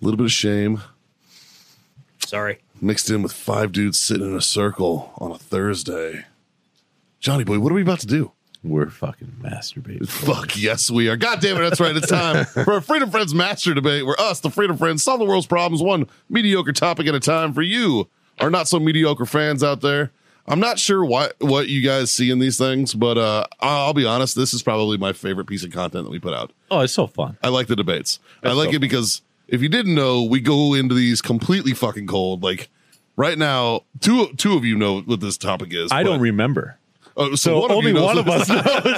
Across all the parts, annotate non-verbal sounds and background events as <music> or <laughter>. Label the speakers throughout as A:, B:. A: little bit of shame,
B: Sorry.
A: mixed in with five dudes sitting in a circle on a Thursday. Johnny Boy, what are we about to do?
C: We're fucking masturbating.
A: Fuck yes, we are. God damn it, that's right. It's time for a Freedom Friends Master Debate where us, the Freedom Friends, solve the world's problems one mediocre topic at a time for you, our not so mediocre fans out there. I'm not sure why, what you guys see in these things, but uh, I'll be honest, this is probably my favorite piece of content that we put out.
C: Oh, it's so fun.
A: I like the debates. I like
C: so
A: it because if you didn't know, we go into these completely fucking cold. Like right now, two two of you know what this topic is.
C: I don't
A: but-
C: remember.
A: Oh, so,
C: So
A: one of
C: only
A: you knows
C: one of
A: this.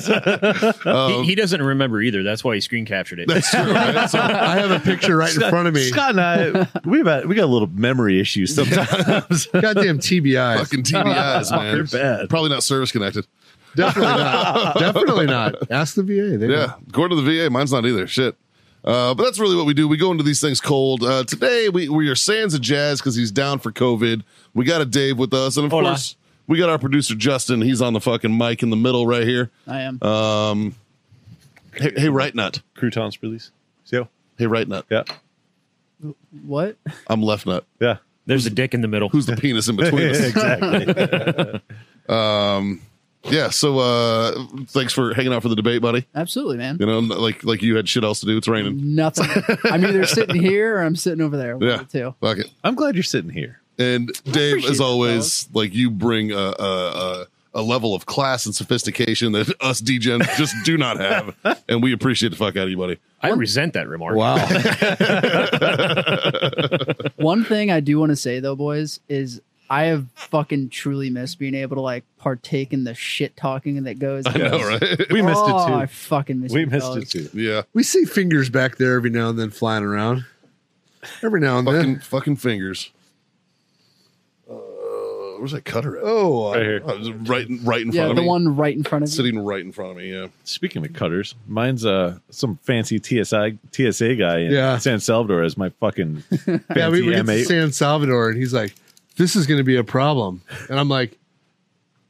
C: us knows.
B: he, he doesn't remember either. That's why he screen captured it.
A: That's true. <laughs> Right? So
D: I have a picture right in front of me.
C: Scott and I, we've had, we got a little memory <laughs> issues sometimes.
D: <laughs> Goddamn TBI.
A: fucking
C: <laughs>
A: TBIs, man.
C: They're bad.
A: Probably not service connected.
D: Definitely not. Definitely not. Ask the VA. They
A: Yeah,
D: know.
A: according to the VA, mine's not either. Shit. Uh, but that's really what we do. We go into these things cold. Uh, today we we are Sans of Jazz because he's down for COVID. We got a Dave with us, and of
B: Hola.
A: course we got our producer Justin. He's on the fucking mic in the middle right here.
E: I am.
C: Uh,
A: Um, hey, hey, right nut.
C: Croutons, please. So,
A: Hey, right nut.
C: yeah.
E: what?
A: I'm left nut.
C: Yeah.
B: There's a dick in the middle.
A: Who's the penis in between us? Um,
C: exactly.
A: Yeah. So uh, thanks for hanging out for the debate, buddy.
E: Absolutely, man.
A: You know, like like you had shit else to do. It's raining.
E: Nothing. I'm
C: <laughs>
E: either sitting here or I'm sitting over there. One of
A: Yeah.
E: the two.
A: Fuck it.
C: I'm glad you're sitting here.
A: And Dave,
E: appreciate
A: as
E: it,
A: always, like you bring a, a, a, a level of class and sophistication that <laughs> us DGens just do not
E: <laughs>
A: have. And we appreciate the fuck out of you, buddy.
B: I resent that remark.
D: Wow.
E: One thing I do want to say though, boys, is I have fucking truly missed being able to like partake in the shit talking that goes.
A: I know, right? <laughs>
C: We missed
E: oh, I
C: it too.
E: fucking missed
C: We
E: you
C: missed
E: fellas.
C: it too.
A: yeah.
D: We see fingers back there every now and then flying around. Every now and
A: Fucking,
D: then.
A: fucking fingers. Uh, where's that cutter at?
D: Oh, I-
C: Right here.
A: Oh, it's right, right in front
E: Yeah,
A: of
E: the
A: me.
E: one right in front of you.
A: Sitting right in front of me. Yeah.
C: Speaking of cutters, mine's uh some fancy TSI TSA guy in
D: Yeah.
C: San Salvador as my fucking fancy
D: <laughs> yeah. We, we get to
C: M8.
D: San Salvador, and he's like, "This is going to be a problem," and I'm like,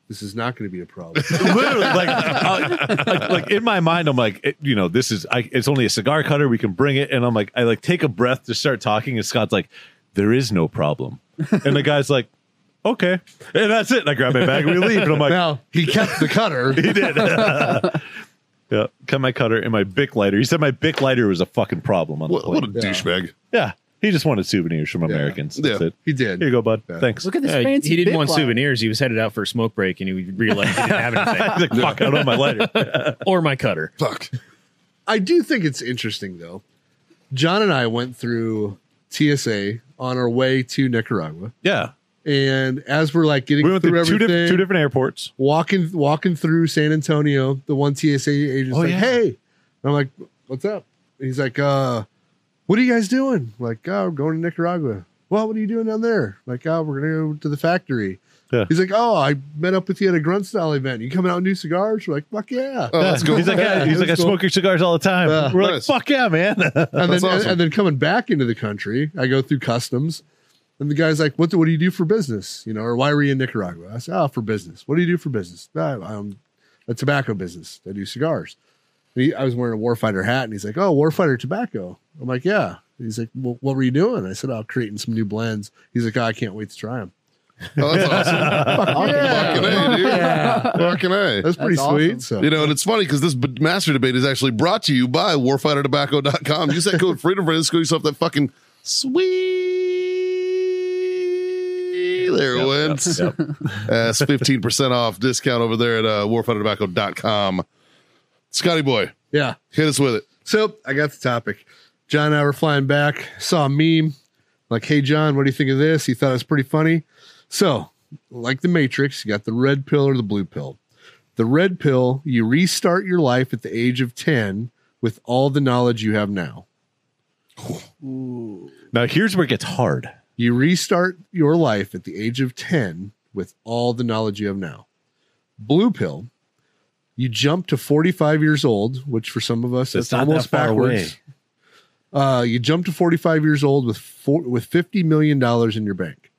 D: "This is not going to be
C: <laughs>
D: a problem."
C: Literally, like, I- like, like in my mind, I'm like, it- you know, this is, I, it's only a cigar cutter. We can bring it. And I'm like, I like take a breath to start talking. And Scott's like, there is no problem. And the guy's like, okay. And that's it. And I grab my bag and we leave. And I'm like,
D: now he kept
C: <laughs>
D: the cutter.
C: he did. yeah. Cut my cutter and my Bic lighter. He said my Bic lighter was a fucking problem on the
A: What,
C: plane.
A: what a douchebag.
C: yeah. He just wanted souvenirs from Americans. That's
A: Yeah.
C: it.
D: He
C: Here you
D: did.
C: go, bud.
D: Yeah.
C: Thanks.
E: Look at this
B: Uh,
E: fancy.
B: he didn't
E: bit
B: want
E: line.
B: souvenirs. He was headed out for a smoke break and he realized he didn't have anything
C: He's like, fuck, I don't have my lighter.
B: or my cutter.
A: Fuck.
D: I do think it's interesting though. John and I went through TSA on our way to Nicaragua,
C: yeah.
D: and as we're like getting
C: We went through two,
D: everything,
C: diff- two different airports.
D: walking walking through San Antonio, the one TSA agent's
C: Oh,
D: like,
C: yeah.
D: "Hey," and I'm like, "What's up?" And he's like, "Uh, what are you guys doing?" I'm like, "Oh, we're going to Nicaragua." Well, what are you doing down there? I'm like, "Oh, we're gonna go to the factory."
C: Yeah.
D: He's like, "Oh, I met up with you at a grunt style event. You coming out and do cigars?" We're like, "Fuck yeah!"
A: Oh, that's cool.
C: He's like, yeah. he's like, I
D: That's cool.
C: smoke your cigars all the time.
D: Yeah.
C: We're
A: Nice.
C: like, fuck yeah, man. <laughs>
D: and
A: That's
D: then and-
A: awesome.
D: and then coming back into the country, I go through customs, and the guy's like, "What do, what do you do for business? You know, or why were you in Nicaragua?" I said, "Oh, for business. What do you do for business? "Ah, I'm a tobacco business. I do cigars." And he, I was wearing a warfighter hat, and he's like, "Oh, warfighter tobacco." I'm like, "Yeah." And he's like, well, "What were you doing?" I said, "Oh, creating some new blends." He's like, oh, "I can't wait to try them."
A: Oh, that's
C: <laughs>
A: awesome.
E: Oh, yeah.
A: Fucking A, dude. Fucking A.
D: That's pretty
E: That's awesome.
D: sweet. So
A: You know, and it's funny because this b- master debate is actually brought to you by warfightertobacco.com. Use that
C: <laughs>
A: code freedom friends, go yourself that fucking sweet. There it went.
C: Yep.
A: <laughs> That's 15% off discount over there at uh, warfightertobacco.com. Scotty boy,
D: yeah.
A: hit us with it.
D: So I got the topic. John and I were flying back, saw a meme, like, hey, John, what do you think of this? He thought it was pretty funny. So, like the Matrix, you got the red pill or the blue pill. The red pill, you restart your life at the age of 10 with all the knowledge you have now.
C: Now here's where it gets hard.
D: You restart your life at the age of 10 with all the knowledge you have now. Blue pill, you jump to 45 years old, which for some of us
C: It's
D: that's
C: not that
D: almost
C: far
D: backwards. Uh, you jump to 45 years old with four, with 50 million dollars in your bank.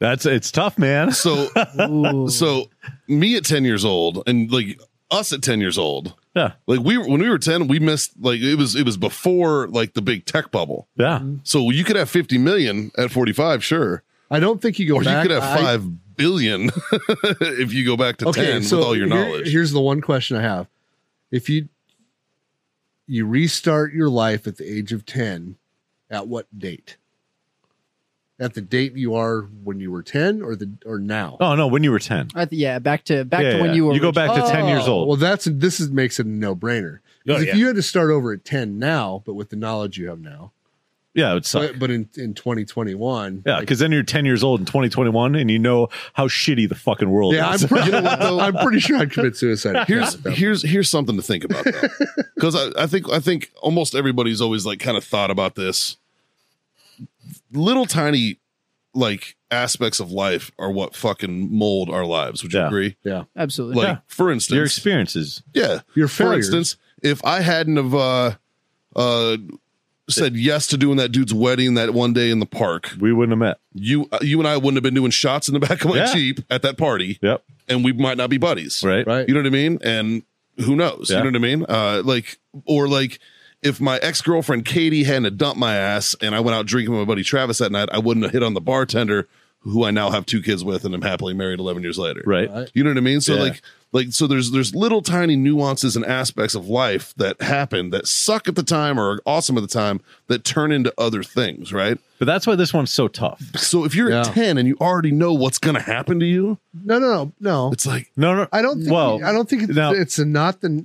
C: That's it's tough, man.
A: So
E: Ooh.
A: so me at 10 years old and like us at 10 years old
C: Yeah,
A: like we when we were 10 we missed like it was it was before like the big tech bubble
C: <laughs> yeah.
A: so you could have 50 million at 45 sure
D: I don't think you go
A: or you
D: back.
A: could have
D: I-
A: five billion <laughs> if you go back to 10 with all your
D: here-
A: knowledge
D: Here's the one question I have: If you you restart your life at the age of ten, at what date? At the date you are when you were ten, or the or now?
C: Oh no, when you were ten.
E: I th- yeah, back to back
C: Yeah,
E: to when
C: yeah.
E: you were.
C: You go back to ten years
D: Oh,
C: old.
D: Well, that's this is makes it a no brainer.
B: Oh,
D: if
B: yeah.
D: you had to start over at ten now, but with the knowledge you have now,
C: yeah, it would suck.
D: but, but in in twenty twenty one,
C: yeah, because then you're ten years old in 2021, and you know how shitty the fucking world
D: yeah, I'm
C: is.
D: pretty, you know <laughs> what, though? I'm pretty sure I'd commit suicide. if
A: here's
D: I was at that
A: here's here's something to think about <laughs> because I, I think i think almost everybody's always like kind of thought about this little tiny like aspects of life are what fucking mold our lives would you
C: Yeah.
A: agree
E: Absolutely.
A: like
C: Yeah.
A: for
C: <laughs> Your
A: instance
C: experiences.
A: yeah
D: Your
A: for
D: failures.
A: instance if i hadn't have uh uh said yes to doing that dude's wedding that one day in the park
C: We wouldn't have met.
A: you uh, you and i wouldn't have been doing shots in the back of my
C: Yeah.
A: jeep at that party
C: Yep.
A: and we might not be buddies
C: Right.
D: Right.
A: you know what I mean? And who knows?
C: Yeah.
A: You know what I mean? Uh, like, or like, if my ex girlfriend Katie hadn't have dumped my ass and I went out drinking with my buddy Travis that night, I wouldn't have hit on the bartender who I now have two kids with and I'm happily married 11 years later.
C: Right.
D: Right.
A: You know what I mean? So
C: Yeah.
A: like, like, so there's, there's little tiny nuances and aspects of life that happen that suck at the time or are awesome at the time that turn into other things. Right.
C: But that's why this one's so tough.
A: So if you're
D: Yeah.
A: at 10 and you already know what's going to happen to you,
D: no, no, no, no.
A: it's like,
C: No, no.
D: I don't think
C: Well,
D: I don't think it's,
C: now-
D: it's a not the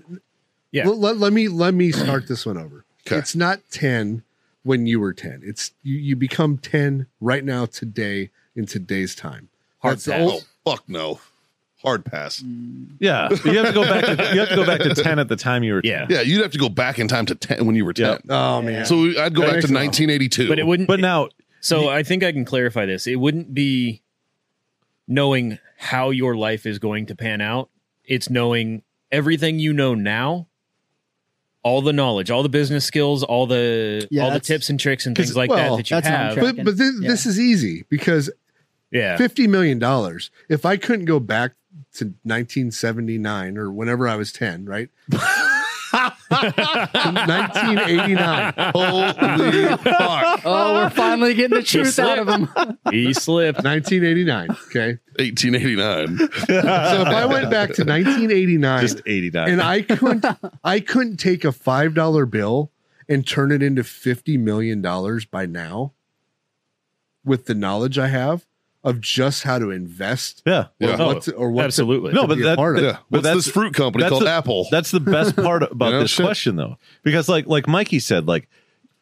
B: Yeah.
D: Let, let- let me let me start this one over.
A: 'Kay.
D: It's not 10 when you were 10. It's you, you become 10 right now today in today's time. That's the
A: oh,
D: ol-
A: fuck no. Hard pass.
C: Yeah, you have to go back. To, you have to go back to ten at the time you were. 10.
B: Yeah.
A: Yeah, you'd have to go back in time to ten when you were ten.
C: Yeah.
D: Oh man.
A: So we- I'd go
D: That
A: back
D: makes
A: to
D: sense.
A: 1982.
B: But it wouldn't.
C: But now,
B: so I think I can clarify this. It wouldn't be knowing how your life is going to pan out. It's knowing everything you know now, all the knowledge, all the business skills, all the
E: Yeah,
B: all the
E: that's-
B: tips and tricks and
D: 'cause,
B: things like that
D: well,
B: that you
E: that's not
B: have.
E: true.
D: but but this, this is easy because
B: Yeah.
D: 50 million dollars if I couldn't go back to 1979 or whenever I was
A: <laughs>
D: 10, right? To 1989.
A: Holy fuck.
E: oh, we're finally
C: <laughs>
E: getting the truth
B: slipped.
E: out of him.
B: He slipped.
D: 1989, okay?
A: 1889.
D: <laughs> So if I went back to 1989
C: <laughs>
A: uh,
C: just eighty nine.
D: and I couldn't I couldn't take a five dollar bill and turn it into fifty million dollars by now with the knowledge I have of just how to invest
C: yeah.
A: Yeah.
D: or
B: Oh,
D: what to, or <laughs> what to-
B: Absolutely.
C: No, but
D: be a
C: that,
D: part of it.
A: Yeah.
C: But
A: What's
C: that's-
A: this fruit company
C: that's
A: Oh, called
C: the-
A: Apple?
C: That's
A: <laughs>
C: the best part about
A: You know,
C: this
A: shit.
C: question, though, because like like Mikey said, like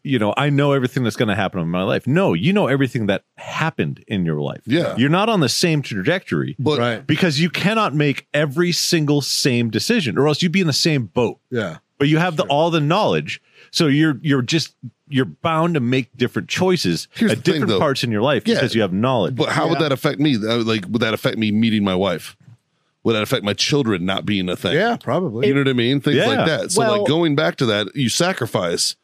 C: you know, I know everything that's going to happen in my life. No, you know everything that happened in your life.
A: Yeah.
C: you're not on the same trajectory,
A: but
D: right.
C: because you cannot make every single same decision, or else you'd be in the same boat.
D: Yeah.
C: But you have the, all the knowledge, so you're you're just you're bound to make different choices
A: Here's the
C: at
A: thing,
C: different
A: though.
C: parts in your life
A: Yeah.
C: because you have knowledge.
A: but how would
E: Yeah.
A: that affect me? Uh, Like, would that affect me meeting my wife? Would that affect my children not being a thing?
D: Yeah, probably.
A: You know what I mean? Things
C: Yeah.
A: like that. So,
E: Well-
A: like, going back to that, you sacrifice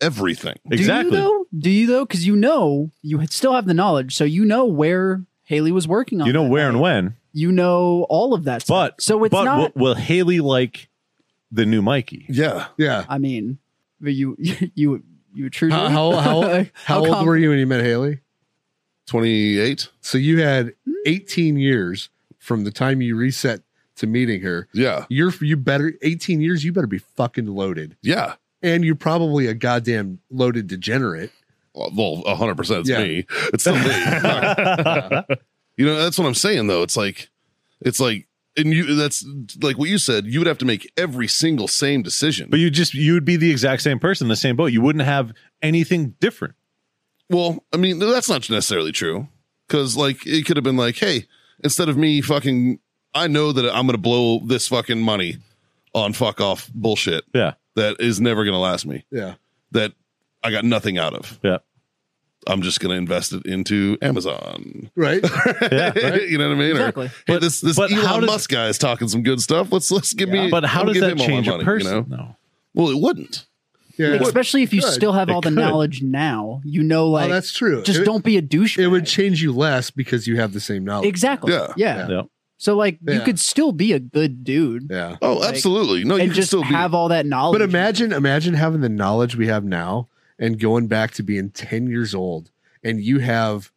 A: everything.
C: exactly.
E: Do you though? Do you though? Because you know you had- still have the knowledge, so you know where Haley was working on.
C: You know
E: that
C: where and
E: night.
C: when,
E: You know all of that. stuff.
C: but
E: so it's
C: but
E: not.
C: will, will Haley like the new Mikey?
A: Yeah.
D: yeah.
E: I mean, but you <laughs> you you were true. to
D: How
E: it.
D: how
E: <laughs>
D: how, how old
E: com-
D: were you when you met Haley?
A: 28.
D: So you had eighteen years from the time you reset to meeting her.
A: Yeah.
D: You're you better eighteen years. You better be fucking loaded,
A: Yeah.
D: and you're probably a goddamn loaded degenerate.
A: well, a hundred percent it's
D: Yeah.
A: me. It's
C: <laughs>
A: still me. you know, that's what I'm saying though. It's like, it's like, and you, that's like what you said, you would have to make every single same decision.
C: But you just you would be the exact same person, the same boat. You wouldn't have anything different.
A: well, I mean, that's not necessarily true. Cause like, it could have been like, Hey, instead of me fucking, I know that I'm going to blow this fucking money on fuck off bullshit
C: Yeah.
A: that is never going to last me.
D: Yeah.
A: That I got nothing out of.
C: Yeah.
A: I'm just going to invest it into Amazon.
E: <laughs>
D: right?
A: <laughs>
C: Yeah.
A: you know what I mean? Or,
E: Exactly.
A: hey,
C: But-
A: this this
C: but how
A: Elon
C: does-
A: Musk guy is talking some good stuff. Let's let's give me.
C: But how
A: I'll
C: does
A: give
C: that
A: him all my
C: change
A: money,
C: a
A: you
C: person?
A: know?
C: No.
A: Well, it wouldn't.
D: Yeah,
E: Like,
D: Well,
E: especially if you
D: Good. Oh,
E: still have
C: It
E: all the
C: could.
E: knowledge now. You know, like
D: that's true.
E: Just
D: It-
E: don't be a douche.
D: It would change you less because you have the same knowledge.
E: exactly.
A: Yeah.
E: Yeah.
C: Yeah.
E: So like you
D: Yeah.
E: could still be a good dude
D: Yeah.
A: Oh,
E: Like,
A: absolutely. No, you
E: and
A: can
E: just
A: still be.
E: have all that knowledge.
D: But imagine, imagine having the knowledge we have now and going back to being ten years old, and you have,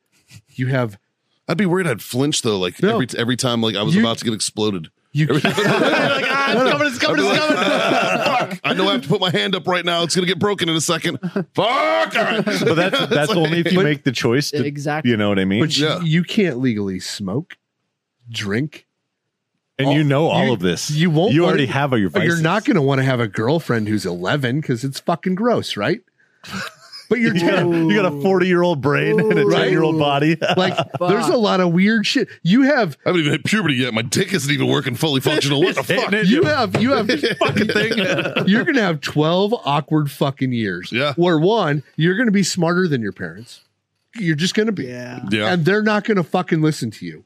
D: you have,
A: I'd be worried. I'd flinch though. Like
D: No.
A: every every time, like I was
D: You-
A: about to get exploded.
C: <laughs>
D: you.
E: <laughs>
A: like, ah, it's coming, it's coming, it's coming. <laughs> fuck. I know I have to put my hand up right now. It's going to get broken in a second. <laughs> Fuck. All right. <laughs>
C: But that's that's only if you make the choice to
E: exactly.
C: you know what I mean?
D: But you-
A: Yeah.
D: you, can't legally smoke, drink.
C: and you know all
D: you-
C: of this.
D: you won't
C: you
D: want
C: already
D: it-
C: have your
D: But
C: vices.
D: you're not going to want to have a girlfriend who's 11 because it's fucking gross, right? But
C: <laughs>
D: you're
C: you got, a, you got a 40 year old brain and a
E: Ooh.
C: 10 year old body. <laughs>
A: <laughs>
D: like, there's a lot of weird shit. You have,
A: I haven't even hit puberty yet. My dick isn't even working fully functional.
C: <laughs>
A: What the fuck?
D: you have, you have
C: fucking thing.
D: <laughs> you're gonna have 12 awkward fucking years
A: Yeah.
D: where one you're gonna be smarter than your parents you're just gonna be
E: Yeah.
A: Yeah.
D: and they're not gonna fucking listen to you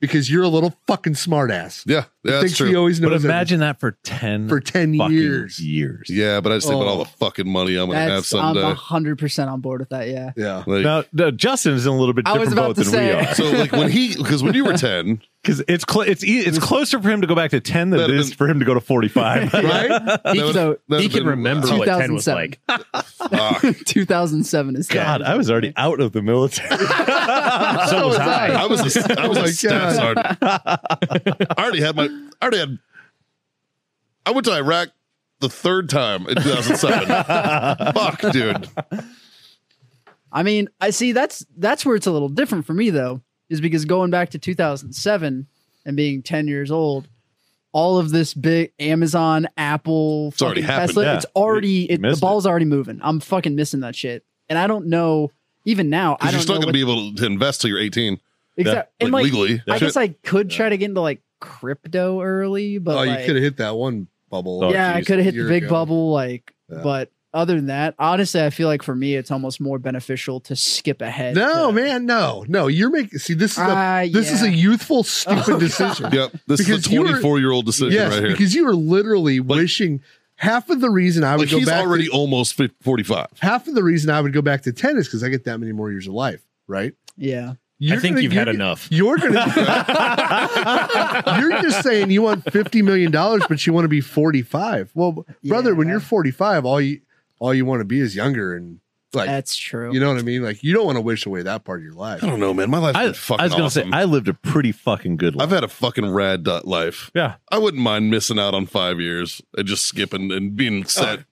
D: because you're a little fucking smartass.
A: Yeah. Yeah, that's
D: thinks he
A: true.
D: always knows
C: But
D: everything
C: imagine that for 10
D: for 10
C: fucking
D: years
C: years.
A: Yeah, but I just think about
D: Oh.
A: all the fucking money I'm going to have
E: That's I'm
A: someday.
E: hundred percent on board with that. Yeah. <laughs>
D: yeah
A: Like,
C: Now, now Justin is in a little bit
E: I was
C: different
E: about
C: boat
E: to
C: than we
E: say.
C: are
A: so like when he because when you were 10
C: because it's cl- it's e- it's closer for him to go back to ten than it
A: That'd
C: is
A: been-
C: for him to go to forty five.
D: right
E: He,
A: was-
E: so
A: that's
B: he can
A: been-
B: remember what 10 was
E: 2007.
B: like.
A: fuck.
E: 2007 is
C: God, I was already out of
A: <laughs>
C: the military.
D: so was
A: <laughs>
D: i
A: I was a, I was
D: Oh my
A: a staff
D: God.
A: sergeant. I already had my. I already had. I went to Iraq the third time in 2007. Fuck, dude.
E: I mean, I see that's that's where it's a little different for me though, is because going back to 2007 and being 10 years old, all of this big Amazon, Apple, it's
A: already happened,
E: Tesla,
C: yeah.
E: it's already
C: You
E: it, the
C: missed it.
E: ball's already moving. I'm fucking missing that shit, and I don't know even now. I
A: Because
E: don't
A: you're still
E: know
A: not going to
E: what-
A: be able to invest till you're 18,
E: exact-
A: like,
E: and like,
A: legally.
E: I
A: Shit.
E: guess I could try to get into like crypto early, but
D: oh you
E: like-
D: could have hit that one bubble
C: Oh,
E: yeah, I
C: geez.
E: could have hit the
D: Year
E: big
D: ago.
E: bubble. Like,
D: Yeah.
E: but other than that, honestly, I feel like for me, it's almost more beneficial to skip ahead.
D: no
E: to-
D: man no no you're making see this is a
E: Ah,
D: this is
E: yeah.
D: a youthful stupid
E: <laughs> Oh, God.
D: decision
A: yep. This is
D: Because
A: a
D: you were-
A: 24 year old decision
D: yes
A: right here.
D: because you are literally wishing half of the reason i would
A: Like
D: go
A: he's
D: back to-
A: already almost fi- 45.
D: half of the reason I would go back to 10 is because I get that many more years of life, right?
E: Yeah.
B: I think
D: gonna-
B: you've had
D: you're-
B: enough.
D: You're gonna <laughs> You're just saying you want fifty million dollars, but you want to be forty five. Well, brother, when
E: Yeah.
D: you're forty five, all you all you want to be is younger and like
E: That's true.
D: you know what I mean? Like you don't want to wish away that part of your life.
A: I don't know, man. My life's
C: I, <laughs> I
A: been
C: was
A: fucking
C: gonna
A: awesome.
C: say I lived a pretty fucking good life.
A: I've had a fucking rad du- life.
C: yeah,
A: I wouldn't mind missing out on five years and just skipping and being
C: Oh.
A: set.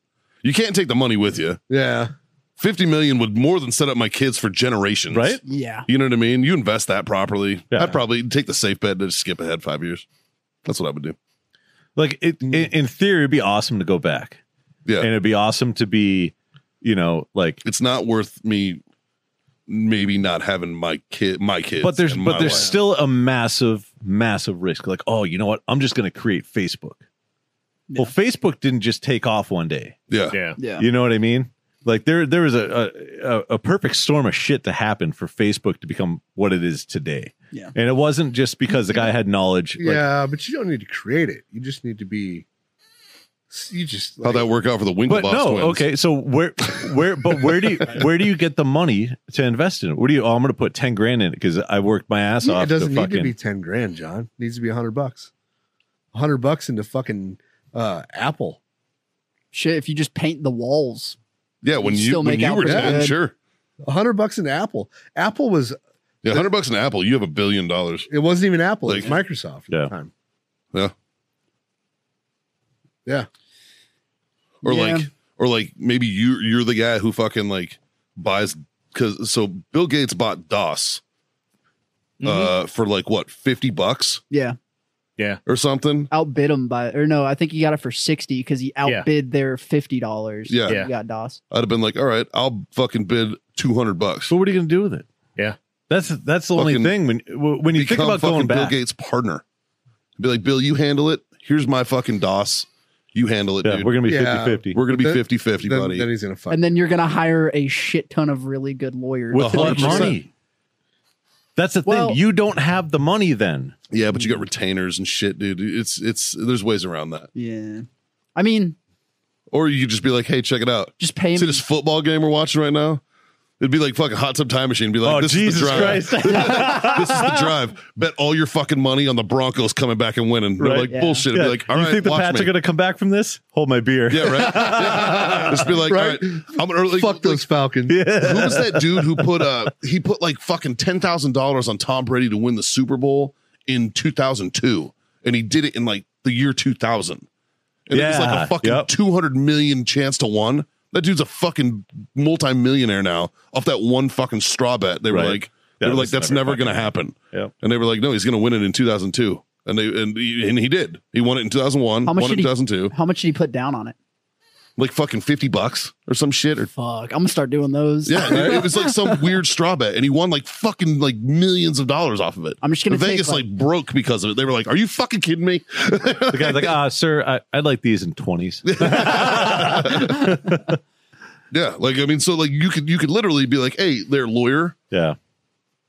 A: You can't take the money with you.
D: Yeah.
A: 50 million would more than set up my kids for generations.
C: right.
E: yeah.
A: You know what I mean? You invest that properly.
C: Yeah.
A: I'd probably take the safe bet to just skip ahead five years. That's what I would do.
C: Like it, in, in theory, it'd be awesome to go back,
A: Mm. Yeah.
C: and it'd be awesome to be, you know, like.
A: it's not worth me maybe not having my kid my kids.
C: But there's
A: and my
C: but there's
A: wife.
C: still a massive massive risk. Like, oh, you know what? I'm just gonna create Facebook. Well, Facebook didn't just take off one day.
A: Yeah.
B: Yeah.
E: Yeah.
C: You know what I mean? Like there, there was a, a a- a perfect storm of shit to happen for Facebook to become what it is today.
E: Yeah.
C: and it wasn't just because the guy had knowledge. like-
D: yeah, but you don't need to create it. You just need to be you just
A: How'd that work out for the Winklevoss
C: but no,
A: twins?
C: okay. So where, where, but where
E: <laughs>
C: do you where do you get the money to invest in it? What do you? Oh, I'm going to put ten grand in it because I worked my ass
D: Yeah,
C: off.
D: it doesn't
C: to
D: need
C: fucking,
D: to be 10 grand, John. It needs to be 100 bucks. 100 bucks into fucking uh, Apple.
E: Shit, if you just paint the walls.
A: Yeah, when
E: You
A: you
E: still
A: when
E: make
A: you
E: out
A: were
E: pretty
A: ten,
E: good.
A: sure.
D: 100 bucks into Apple. Apple was,
A: Yeah, hundred bucks an apple, you have a billion dollars.
D: it wasn't even Apple, it was
A: Like-
D: Microsoft at
C: Yeah.
D: the time.
A: Yeah.
D: Yeah.
A: Or
E: Yeah.
A: like or like maybe you you're the guy who fucking like buys cause so Bill Gates bought DOS
C: Mm-hmm.
A: uh for like what fifty bucks
E: Yeah.
A: or something.
E: Outbid them by, or no, I think he got it for 60 because he outbid their $50.
A: Yeah.
E: He
B: Yeah.
E: got DOS.
A: I'd have been like, all right, I'll fucking bid two hundred bucks.
C: So what are you going to do with it?
B: Yeah.
C: that's that's the only
A: Fucking
C: thing when when you think
A: become
C: about
A: fucking
C: going
A: Bill
C: back.
A: Gates' partner. Be like, Bill, you handle it. Here's my fucking DOS. You handle it,
C: Yeah,
A: dude.
C: we're
A: We're,
C: gonna be
D: Yeah.
C: 50-50.
A: gonna be
D: Then-
A: 50 50,
D: then,
A: buddy.
D: then he's gonna fuck.
E: And then you're going to hire a shit ton of really good lawyers.
C: With what
A: 100%.
C: money? That's the thing.
E: Well-
C: you don't have the money then.
A: yeah, but you got retainers and shit, dude. It's it's there's ways around that.
E: yeah. I mean,
A: Or you could just be like, hey, check it out.
E: just pay
A: See
E: him.
A: this football game we're watching right now? It'd be like fucking hot tub time machine. Be like,
C: oh
A: this
C: Jesus
A: is the drive.
C: Christ!
A: <laughs> This is the drive. Bet all your fucking money on the Broncos coming back and winning. They're
C: Right.
A: like
E: Yeah.
A: bullshit. It'd
C: Yeah.
A: Be like, all
C: you
A: right,
C: think the
A: watch
C: Pats
A: me.
C: are gonna come back from this? Hold my beer.
A: yeah,
C: <laughs>
A: right. Yeah. Just be like,
D: Right?
A: all right, I'm gonna like,
D: fuck
A: like,
D: those Falcons.
A: who was
C: <laughs>
A: that dude who put uh he put like fucking ten thousand dollars on Tom Brady to win the Super Bowl in two thousand two, and he did it in like the year two thousand, and it was like
C: Yeah,
A: a fucking
C: yep.
A: two hundred million chance to one. That dude's a fucking multimillionaire now off that one fucking straw bet. They were
C: Right.
A: like, they
C: That
A: were like,
C: was
A: that's
C: never
A: never,
C: fucking
A: gonna happen.
C: Yep.
A: And they were like, no, he's gonna win it in two thousand two. And they and he, and he did. He won it in two thousand one.
E: How
A: Won it
E: much
A: in
E: did he-
A: two thousand two.
E: How much did he put down on it?
A: Like fucking fifty bucks or some shit or
E: Fuck. I'm going to start doing
A: <laughs>
E: those.
A: yeah, dude, it was like some weird straw bet, and he won like fucking like millions of dollars off of it.
E: I'm just gonna take,
A: Vegas
E: like-
A: like, broke because of it. They were like, "Are you fucking kidding me?"
C: The guy's like, ah, sir, I, I'd like these
A: <laughs>
C: in twenties.
A: yeah, like I mean, so like you could you could literally be like, "Hey, their lawyer,
C: yeah.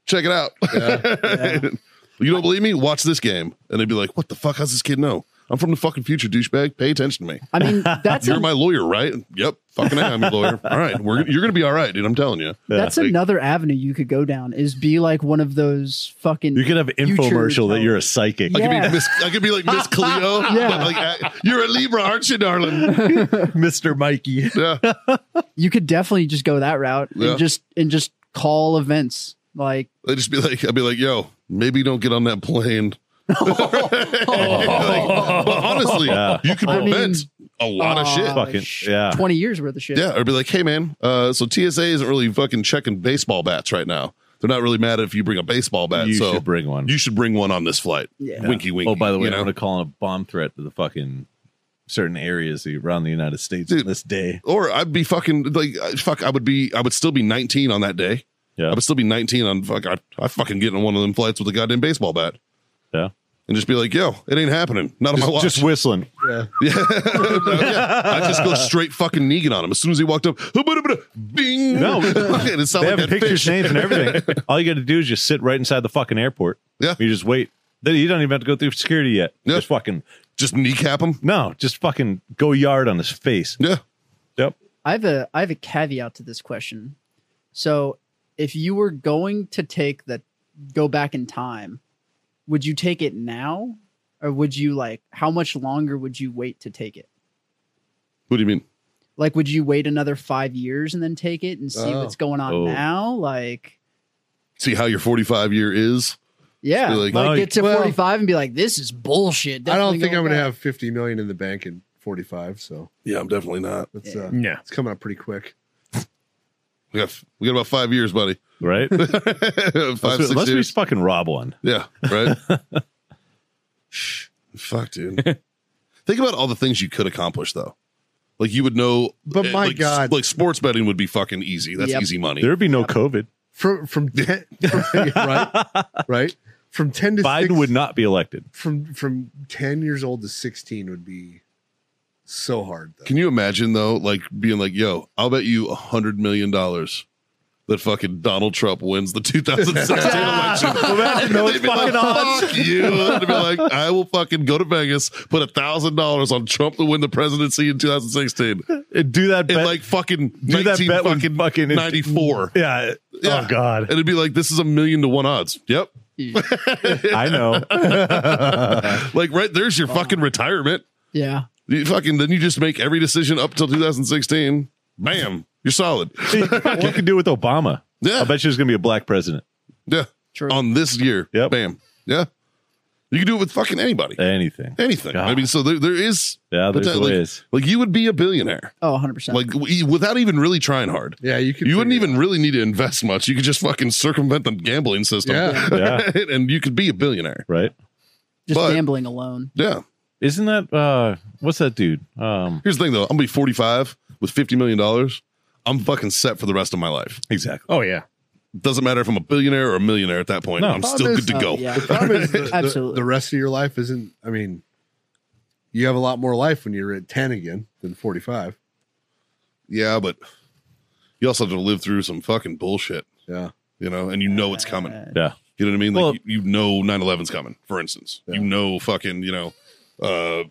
A: check it out." <laughs> you don't believe me? Watch this game, and they'd be like, "What the fuck? How's this kid know?" I'm from the fucking future, douchebag. Pay attention to me.
C: <laughs>
E: I mean, that's
A: You're
E: a-
A: my lawyer, right? Yep, fucking I, I'm your lawyer. All right, we're you're gonna be all right, dude. I'm telling you.
E: That's
A: Like,
E: another avenue you could go down is be like one of those fucking.
C: You could have
E: future
C: infomercial that you're a
E: tellers.
C: psychic. <laughs>
A: I could
E: Yeah.
A: be Miss. I could be like Miss Cleo.
E: <laughs> Yeah.
A: but like, I- you're a Libra, aren't you, darling? <laughs>
C: Mr. Mikey.
A: Yeah.
E: You could definitely just go that route
A: Yeah.
E: and just and just call events like
A: I'd just be like, I'd be like, yo, maybe don't get on that plane. <laughs> Like, but honestly,
C: Yeah.
A: you could
E: I mean,
A: prevent a lot of
E: uh,
A: shit.
C: Fucking-
E: sh-
C: yeah.
E: twenty years worth of shit.
A: Yeah, or be like, hey man, uh, so TSA isn't really fucking checking baseball bats right now. They're not really mad if you bring a baseball bat.
C: You
A: so
C: should bring one.
A: you should bring one on this flight.
E: Yeah.
A: Winky winky.
C: oh, by the way,
A: you
C: I'm
A: know?
C: gonna call in a bomb threat to the fucking certain areas around the United States
A: Dude.
C: on this day.
A: or I'd be fucking like uh, fuck. I would be. I would still be 19 on that day.
C: Yeah.
A: I would still be 19 on fuck. I I fucking get on one of them flights with a goddamn baseball bat
C: Yeah.
A: and just be like, yo, it ain't happening. Not on my watch.
C: Just, just whistling.
A: I just go straight fucking Negan on him. As soon as he walked up, bing. <laughs>
C: No.
A: and it
C: They
A: sounded
C: have
A: like that
C: pictures,
A: fish.
C: names, and everything.
A: <laughs>
C: All you got to do is just sit right inside the fucking airport.
A: Yeah.
C: You just wait. Then You don't even have to go through security yet.
A: Yeah.
C: Just fucking
A: Just kneecap him.
C: no. Just fucking go yard on his face.
A: Yeah.
C: Yep.
E: I have a I have a caveat to this question. So, if you were going to take the go back in time, would you take it now, or would you like how much longer would you wait to take it?
A: What do you mean?
E: Like, would you wait another five years and then take it and see
D: Oh.
E: what's going on
C: Oh.
E: now? Like,
A: See how your 45 year is?
E: yeah,
A: Really?
E: like,
C: No,
E: get to
D: well-
E: forty five and be like, this is bullshit.
D: I don't
E: Definitely
D: think
E: go
D: I'm gonna
E: back.
D: have 50 million in the bank in 45. So
A: Yeah, I'm definitely not.
D: that's
E: Yeah.
D: uh,
B: No.
D: it's coming up pretty quick.
A: We got, we got about five years, buddy. <laughs>
C: Right.
A: five,
C: let's
A: six
C: let's
A: years.
C: just fucking rob one.
A: Yeah,
C: <laughs>
A: right. Shh. Fuck, dude. Think about all the things you could accomplish, though. Like you would know,
D: But
A: eh,
D: my
A: like,
D: God.
A: like sports betting would be fucking easy. That's
E: Yep.
A: easy money.
C: There'd be no COVID.
D: From from, <laughs> ten, from right right from 10 to
C: Biden
D: 6,
C: would not
A: <laughs>
C: be elected.
D: from from 10 years old to 16 would be so hard though.
A: Can you imagine though, like being like, "Yo, I'll bet you a hundred million dollars that fucking Donald Trump wins the <laughs> 2016 election."
C: Imagine those
A: They'd be like,
C: fucking odds.
A: Fuck you! And they'd be like, "I will fucking go to Vegas, put a thousand dollars on Trump to win the presidency in 2016."
C: And do that
A: In
C: bet.
A: like fucking
C: do that
A: 19
C: bet when
A: fucking,
C: fucking it-
A: 94.
C: yeah.
A: Yeah.
C: Oh God.
A: And <laughs> it'd be like, "This is a million to one odds." Yep.
C: I
A: <laughs>
C: know.
A: Like right there's your fucking retirement.
E: yeah.
A: You fucking then you just make every decision up till 2016. Bam, you're solid.
C: you can do with Obama.
A: Yeah.
C: I bet you there's gonna be a black president.
A: Yeah.
E: True.
A: On this year.
C: Yep.
A: Bam. Yeah. You can do it with fucking anybody.
C: Anything.
A: Anything.
C: God.
A: I mean, so there, there is.
C: Yeah, there's
A: like,
C: ways.
A: Like you would be a billionaire,
E: Oh, 100 percent.
A: like w- e, without even really trying hard.
D: Yeah, you could
A: You wouldn't
D: figure
A: even really need to invest much. You could just fucking circumvent the gambling system,
D: Yeah.
C: Yeah.
A: <laughs> and you could be a billionaire.
C: Right.
E: Just
A: but-
E: gambling alone.
A: Yeah.
C: Isn't that uh what's that dude? Um
A: Here's the thing, though. I'm gonna be 45 with 50 million dollars. I'm fucking set for the rest of my life.
C: Exactly.
B: Oh yeah.
A: Doesn't matter if I'm a billionaire or a millionaire at that point.
C: No.
A: I'm still <laughs>
D: Problem
A: good
D: is-
A: to
E: Oh,
A: go.
E: yeah.
D: problem is the, the-
E: Absolutely.
D: the rest of your life isn't i mean you have a lot more life when you're at 10 again than 45.
A: Yeah, but you also have to live through some fucking bullshit,
D: Yeah.
A: you know, and you know it's coming.
C: Yeah.
A: You know what I mean? Like
C: Well-
A: you, you know 9-11's coming, for instance.
D: Yeah.
A: You know fucking, you know, uh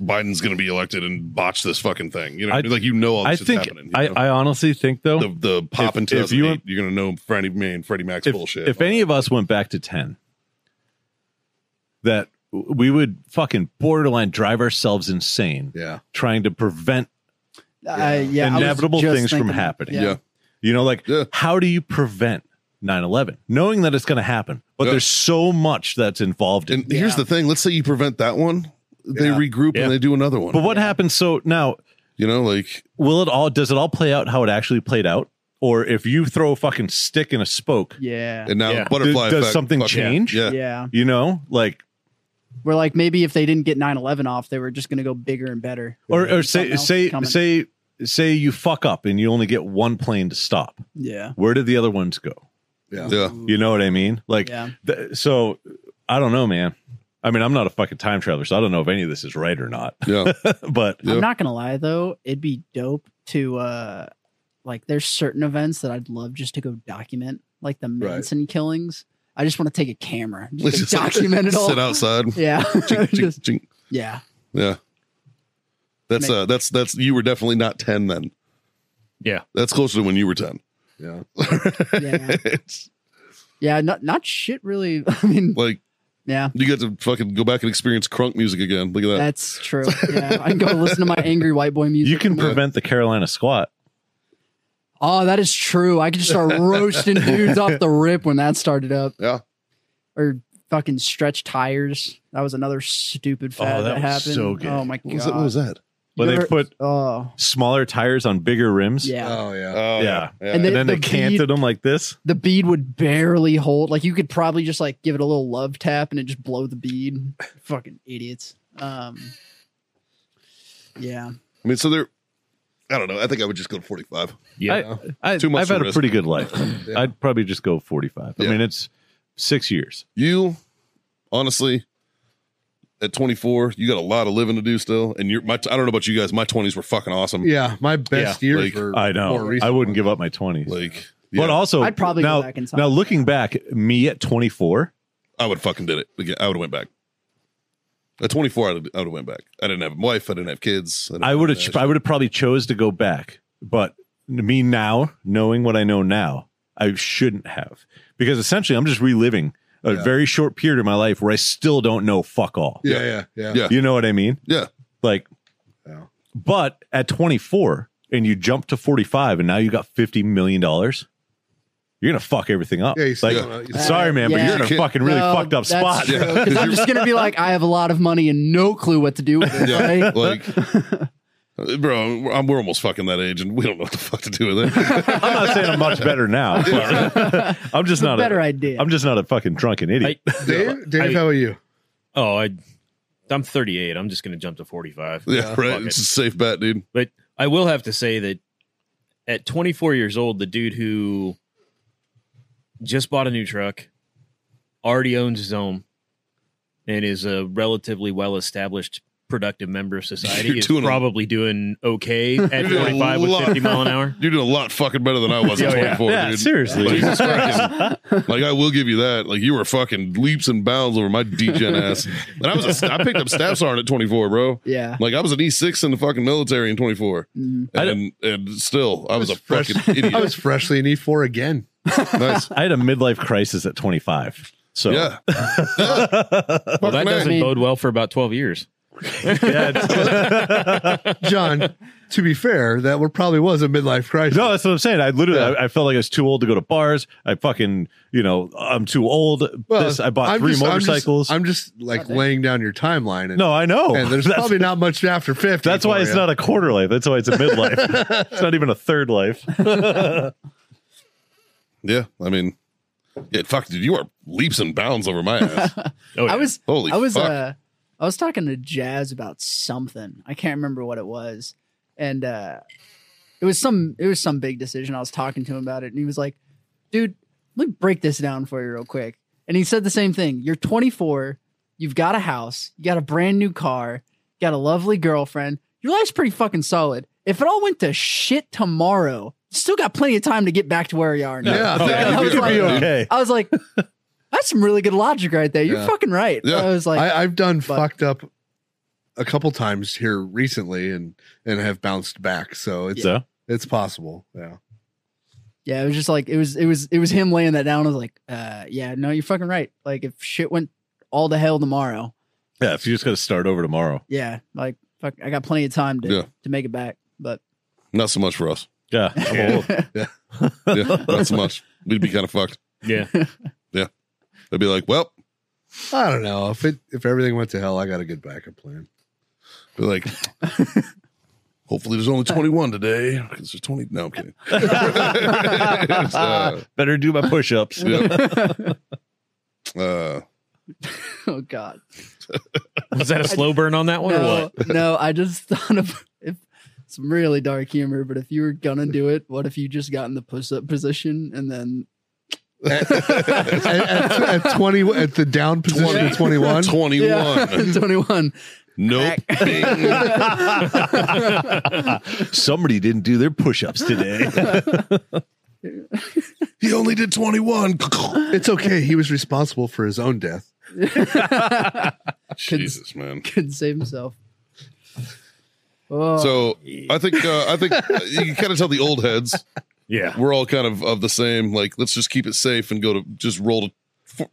A: Biden's gonna be elected and botch this fucking thing. You know,
C: I-
A: like you know all this
C: I
A: shit's
C: think
A: happening. you
C: I,
A: know?
C: I honestly think though
A: the the pop
C: if-
A: into
C: if you-
A: you, you're gonna know Freddie May and Freddie Mac's
C: if,
A: bullshit.
C: if any of us went back to 10 that we would fucking borderline drive ourselves insane
D: Yeah.
C: trying to prevent
E: I, yeah I was
C: inevitable
E: just
C: things from
E: thinking-
C: happening
A: yeah.
C: you know like
A: Yeah.
C: how do you prevent 9-11 knowing that it's going to happen but
A: Yeah.
C: there's so much that's involved in
A: And here's the thing: let's say you prevent that one, they
D: Yeah.
A: regroup
B: Yeah.
A: and they do another one.
C: but what happens so now
A: you know, like
C: will it all does it all play out how it actually played out or if you throw a fucking stick in a spoke
E: Yeah.
A: and now
B: Yeah.
A: butterfly
C: d- does
A: effect,
C: something
A: fucking-
C: change
A: Yeah.
E: yeah.
C: you know like
E: Where like maybe if they didn't get 9/11 off, they were just going to go bigger and better.
C: or or say
E: Something else
C: say
E: is coming.
C: say say you fuck up and you only get one plane to stop
E: Yeah.
C: where did the other ones go
D: Yeah.
A: yeah.
C: you know what i mean like
E: Yeah.
C: th- so i don't know man i mean i'm not a fucking time traveler so i don't know if any of this is right or not <laughs>
A: Yeah.
C: but
A: Yeah.
E: I'm not gonna lie though, it'd be dope to uh like there's certain events that I'd love just to go document, like the
D: Right.
E: Manson killings. I just want to take a camera, and just
A: <laughs> Just
E: to <laughs> document it all.
A: Sit outside.
E: <laughs> Yeah,
A: Chink, chink,
E: Just-
A: chink.
E: yeah.
A: Yeah. That's uh that's that's you were definitely not 10 then.
B: Yeah.
A: That's closer to when you were 10.
D: Yeah.
E: Yeah.
A: <laughs> it's
E: Yeah, not not shit really. <laughs> I mean,
A: like
E: yeah,
A: you get to fucking go back and experience crunk music again. Look at that.
E: that's true. Yeah, I can go listen to my angry white boy music.
C: you can prevent the carolina squat
E: oh, that is true. I could just start roasting dudes off the rip when that started up.
A: Yeah.
E: Or fucking stretch tires. That was another stupid fad
C: Oh, that
E: that,
C: was
E: happened.
C: so good.
E: Oh my god.
A: What was, that? what was that?
C: where
E: You
C: they
E: ever-
C: put
E: Oh
C: smaller tires on bigger rims
E: yeah.
D: Oh, yeah.
A: Oh
C: Yeah.
E: And
C: and
E: The-
C: then they
E: the
C: canted them like this
E: the bead would barely hold. Like you could probably just like give it a little love tap and it just blow the bead. Fucking idiots. Um. Yeah.
A: I mean, so they're I don't know. I think I would just go to 45.
B: Yeah.
C: I,
A: Too much
C: i've had a
A: risk.
C: pretty good
A: <laughs>
C: life
D: Yeah.
C: i'd probably just go 45 i
A: Yeah.
C: mean it's six years
A: You honestly at 24, you got a lot of living to do still and you're my I don't know about you guys, my 20s were fucking awesome.
D: Yeah. My best
A: like,
D: years were
C: i
D: more
C: know
D: recent
C: i wouldn't
D: ones.
C: give up my 20s
A: Like
C: But also,
E: I'd probably go
C: now,
E: back in time.
C: Now, looking back, me at 24,
A: I would fucking did it. Again, I would have went back. At 24, I would have went back. I didn't have a wife. I didn't have kids. didn't
C: I would have,
A: that
C: I would have probably chose to go back. But me now, knowing what I know now, I shouldn't have because essentially, I'm just reliving a
D: Yeah.
C: very short period of my life where I still don't know fuck all.
D: Yeah. Yeah. Yeah.
A: Yeah.
C: You know what I mean?
A: Yeah.
C: Like,
D: Yeah.
C: but at 24, and you jump to 45, and now you got 50 million dollars. You're gonna fuck everything up.
D: Yeah, you
C: like,
D: still don't know- you still-
C: sorry, man, but
E: Yeah.
C: you're in a
A: Kid-
C: fucking really
E: No,
C: fucked up
E: that's
C: spot.
E: true,
C: <laughs>
E: 'cause I'm just gonna be like, I have a lot of money and no clue what to do with it.
A: shit.
E: <laughs> right?
A: Like, uh, bro, we're, I'm, we're almost fucking that age, and we don't know what the fuck to do with it.
C: I'm not saying I'm much better now.
D: <laughs>
C: but I'm just
E: It's a
C: not
E: better
C: a,
E: idea.
C: I'm just not a fucking drunken idiot.
A: <laughs>
B: I,
D: Dave, Dave
B: I-
D: how are you?
B: oh, I, I'm 38. I'm just going to jump to 45.
A: yeah,
D: Yeah,
A: right.
B: fuck
A: It's
B: it.
A: a safe bet, dude.
B: But I will have to say that at 24 years old, the dude who just bought a new truck, already owns his own, and is a relatively well established productive member of society
A: You're
B: is
A: doing a-
B: probably doing
A: <laughs>
B: okay
A: doing
B: at
A: a
B: 45 with
A: lot.
B: 50 mile an hour.
A: You're doing a lot fucking better than I was at
B: Yeah, yeah.
A: 24,
C: yeah,
A: dude.
C: seriously.
A: Like, fucking- <laughs> like, I will give you that. Like you were fucking leaps and bounds over my degen ass. And I was a, I picked up staff sergeant at 24, bro.
E: yeah.
A: Like I was an E6 in the fucking military in 24,
E: Mm.
C: I
A: and and still I was a
D: fresh-
A: fucking idiot.
D: I was freshly in E4 again.
A: nice.
C: I had a midlife crisis at 25. So <laughs> yeah,
A: Yeah. Yeah.
B: Well, that
A: Fucking
B: doesn't
A: A.
E: mean-
B: bode well for about 12 years.
C: it's-
D: John, to be fair, that were probably was a midlife crisis.
C: no, that's what I'm saying. I literally,
D: Yeah.
C: I, I felt like I was too old to go to bars. I fucking, you know, I'm too old.
D: Well,
C: this, I bought
D: I'm
C: three
D: just- I'm just-
C: motorcycles.
D: I'm just, like
E: Nothing.
D: laying down your timeline. And,
C: no, I know.
D: and there's
C: that's,
D: probably not much after 50.
C: that's why
D: for
C: it's
D: ya.
C: not a quarter life. That's why it's a midlife.
D: <laughs>
C: it's not even a third life.
A: Yeah. I mean, yeah, fuck, dude, you are leaps and bounds over my
E: <laughs>
A: ass.
B: Oh,
E: I
B: yeah.
E: was
A: Holy
E: I was
A: fuck.
E: uh I was talking to Jazz about something. I can't remember what it was. And uh it was some it was some big decision. I was talking to him about it and he was like, "Dude, let me break this down for you real quick." And he said the same thing. You're 24, you've got a house, you got a brand new car, got a lovely girlfriend. Your life's pretty fucking solid. If it all went to shit tomorrow, you still got plenty of time to get back to where you are now.
A: Yeah,
E: yeah,
A: you'd
E: I was
A: be
E: like-
A: right, dude.
C: Okay.
E: I was like, <laughs> that's some really good logic right there. You're
D: Yeah.
E: fucking right.
A: Yeah.
E: I was like,
D: I, I've done
E: but-
D: fucked up a couple times here recently, and and have bounced back. So it's
C: So
D: it's possible. Yeah.
E: yeah, it was just like it was it was it was him laying that down. I was like, uh, yeah, no, you're fucking right. Like if shit went all to hell tomorrow,
C: yeah, if you just got to start over tomorrow.
E: yeah, like fuck, I got plenty of time to
A: Yeah.
E: to make it back. But <laughs>
A: Not so much for us.
C: Yeah, I'm old.
A: Yeah, not so much. We'd be kind of fucked.
B: Yeah.
A: They'd be like, well,
D: I don't know if it if everything went to hell, I got a good
C: <laughs>
D: backup plan.
A: be
E: <laughs>
A: like, hopefully there's only 21 today because there's 20. No, I'm kidding. It's, uh,
C: Better do my push-ups.
A: yeah.
E: <laughs>
A: Uh,
E: oh god,
B: Was <laughs> that a slow burn on that one or
E: no,
B: what?
E: <laughs> no, I just thought of if some really dark humor. But if you were gonna do it, what if you just got in the push up position and then
D: at, at, at twenty, at the down position, at twenty one.
A: 21.
E: <laughs> twenty one? <laughs>
A: Nope. <laughs> Bing.
C: Somebody didn't do their push-ups
D: <laughs>
C: today.
A: He only did 21.
D: It's okay. He was responsible for his own death.
A: Jesus, man.
E: Couldn't save himself. Oh,
A: So I think uh, I think you can kind of tell the old heads
B: Yeah.
A: we're all kind of of the same. Like let's just keep it safe and go to just roll. To,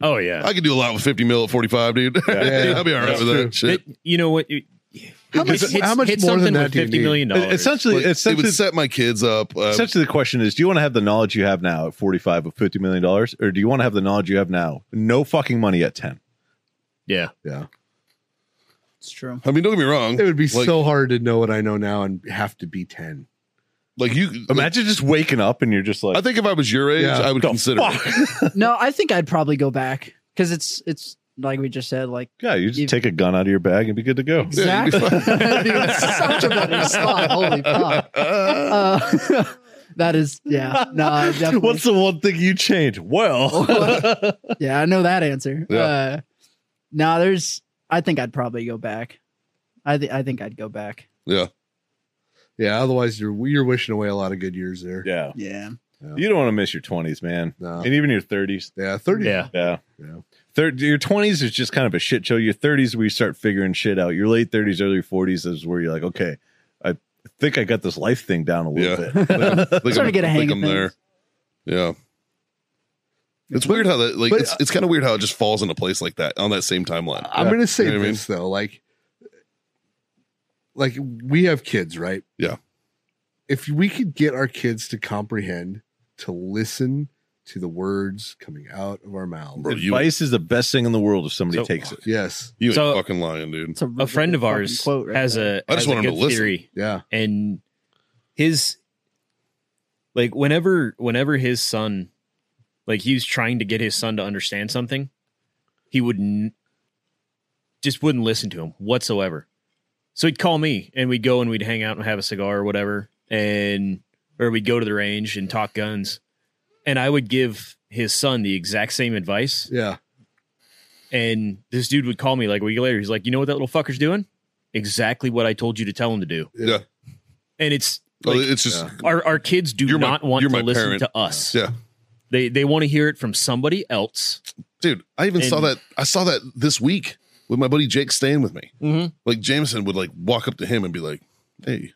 B: Oh yeah.
A: I can do a lot with fifty mil at forty five, dude. <laughs> I'll be all right with that shit.
B: It- you know what? You-
D: How
B: hit-
D: much-
B: hit-
D: how much
B: hit
D: more than
B: something
D: that
B: with
D: do you
B: fifty million dollars?
C: essentially,
A: Like, it
C: essentially,
A: would set my kids up.
D: Um,
A: Uh,
C: essentially, the question is: Do you want to have the knowledge you have now at forty-five of fifty million dollars, or do you want to have the knowledge you have now, no fucking money at ten?
B: yeah.
D: Yeah,
E: it's true.
A: I mean, don't get me wrong.
D: it would be
A: like,
D: so hard to know what I know now and have to be ten.
A: like you. Like,
C: Imagine just waking up and you're just like,
A: I think if I was your age,
D: Yeah.
A: I would
C: The
A: consider. it.
E: <laughs>
C: fuck?
E: No, I think I'd probably go back because it's it's like we just said, like
C: Yeah, you just
E: You-
C: take a gun out of your bag and be good to go.
D: <laughs>
A: Yeah, you'd
E: exactly.
A: be
E: <laughs> Dude, such a better spot. Holy fuck! Uh, <laughs> that is yeah. No, I Uh, definitely.
C: What's the one thing you change? Well,
E: yeah, I know that answer.
A: Yeah.
E: Uh, no, there's. I think I'd probably go back. I think I think I'd go back.
A: Yeah,
D: Yeah, otherwise you're you're wishing away a lot of good years there.
C: <laughs> yeah,
E: Yeah.
C: you don't want to miss your twenties, man,
D: No.
C: and even your thirties.
D: Yeah, thirty.
B: Yeah.
C: Yeah.
D: Yeah.
C: Thir- your 20s is just kind of a shit show. Your 30s, where you start figuring shit out. Your late 30s, early 40s is where you're like, okay, I think I got this life thing down a little
A: Yeah.
D: <laughs>
C: bit.
A: Like,
E: Starting to get a
A: I
E: hang
A: think
E: of
A: I'm there.
E: things.
A: Yeah. It's weird how that like
D: But-
A: it's it's kind of weird how it just falls into place like that on that same timeline.
D: I'm gonna say
A: You know what I
D: this though, like, like we have kids, right?
A: Yeah.
D: If we could get our kids to comprehend, to listen to the words coming out of our mouths,
A: Bro, you
C: Advice is the best thing in the world if somebody
B: So-
C: takes it.
D: yes,
A: you ain't
B: So-
A: fucking lying, dude.
E: It's a,
B: A friend of
E: fucking
B: ours
E: quote right
B: has
E: there.
B: a.
A: I just
B: has a
A: want him to
B: good
A: listen.
B: Theory.
D: yeah,
B: and his like whenever whenever his son like he was trying to get his son to understand something he would n- just wouldn't listen to him whatsoever so he'd call me and we'd go and we'd hang out and have a cigar or whatever and or we'd go to the range and talk guns and i would give his son the exact same advice
D: yeah,
B: and this dude would call me like a week later he's like you know what that little fucker's doing exactly what i told you to tell him to do
A: Yeah.
B: and it's
A: Well,
B: like,
A: it's just
B: our our kids do
A: You're my-
B: not want
A: you're
B: to
A: my
B: listen
A: parent.
B: to us.
A: yeah.
B: They they want to hear it from somebody else.
A: Dude, I even saw
B: And-
A: that I saw that this week with my buddy Jake staying with me. Like Jameson would like walk up to him and be like, Hey,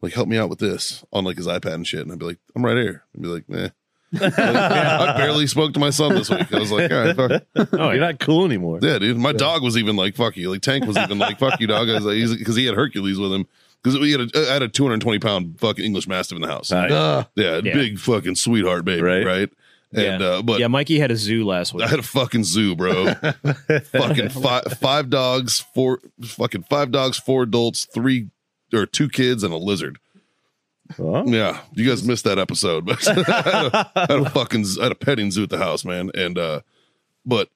A: like help me out with this on like his iPad and shit. And I'd be like, I'm right here. I'd be like, meh. Like, I barely spoke to my son this week. I was like, all right, fuck.
B: Oh,
C: You're not cool anymore.
A: Yeah, dude. My dog was even like, "Fuck you." Like Tank was even like, "Fuck you, dog." I was like, he's because he had Hercules with him because we had a, I had a 220 pound fucking English Mastiff in the house.
C: Nice.
D: Duh.
A: Yeah,
B: Yeah.
A: big fucking sweetheart baby,
C: Right.
A: right? And
B: Yeah.
A: uh, but
B: yeah, Mikey had a
A: <laughs>
B: zoo last
A: I
B: week.
A: had a fucking zoo, bro. fucking five five dogs, four fucking five dogs, four adults, three or two kids, and a lizard.
C: Huh?
A: Yeah, you guys missed that episode, but <laughs> I, had a, I had a fucking I had a petting zoo at the house, man, and uh, but